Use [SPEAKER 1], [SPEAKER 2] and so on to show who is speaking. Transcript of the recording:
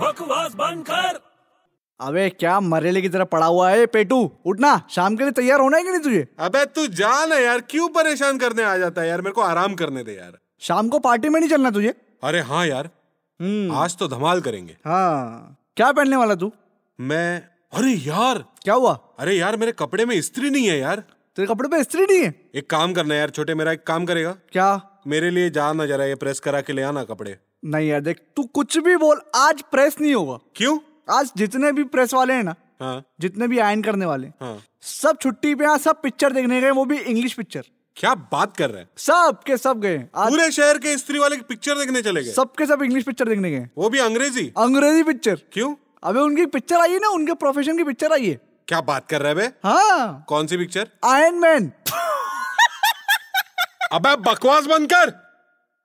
[SPEAKER 1] बकवास बंद कर
[SPEAKER 2] अबे क्या मरेले की तरह पड़ा हुआ है पेटू उठना शाम के लिए तैयार होना है कि नहीं तुझे
[SPEAKER 3] अबे तू जा ना यार क्यों परेशान करने आ जाता है यार मेरे को आराम करने दे यार
[SPEAKER 2] शाम को पार्टी में नहीं चलना तुझे
[SPEAKER 3] अरे हाँ यार
[SPEAKER 2] हम्म
[SPEAKER 3] आज तो धमाल करेंगे
[SPEAKER 2] हाँ क्या पहनने वाला तू
[SPEAKER 3] मैं अरे यार
[SPEAKER 2] क्या हुआ
[SPEAKER 3] अरे यार मेरे कपड़े में इस्त्री नहीं है यार
[SPEAKER 2] तेरे कपड़े पे इस्त्री नहीं है
[SPEAKER 3] एक काम करना यार छोटे मेरा एक काम करेगा
[SPEAKER 2] क्या
[SPEAKER 3] मेरे लिए जा ना जरा ये प्रेस करा के ले आना कपड़े
[SPEAKER 2] नहीं यार देख तू कुछ भी बोल आज प्रेस नहीं होगा
[SPEAKER 3] क्यों
[SPEAKER 2] आज जितने भी प्रेस वाले हैं ना
[SPEAKER 3] हाँ
[SPEAKER 2] जितने भी आयन करने वाले हैं,
[SPEAKER 3] हाँ
[SPEAKER 2] सब छुट्टी पे यहाँ सब पिक्चर देखने गए वो भी इंग्लिश पिक्चर
[SPEAKER 3] क्या बात कर रहा है
[SPEAKER 2] सब के सब गए हैं। आज
[SPEAKER 3] पूरे शहर के स्त्री वाले की पिक्चर देखने चले गए
[SPEAKER 2] सब के सब इंग्लिश पिक्चर देखने गए हैं।
[SPEAKER 3] वो भी अंग्रेजी
[SPEAKER 2] अंग्रेजी पिक्चर
[SPEAKER 3] क्यों
[SPEAKER 2] अबे उनकी पिक्चर आई है ना उनके प्रोफेशन की पिक्चर आई है
[SPEAKER 3] क्या बात कर रहा है बे
[SPEAKER 2] हाँ
[SPEAKER 3] कौन सी पिक्चर
[SPEAKER 2] आयरन मैन
[SPEAKER 3] अबे बकवास बंद कर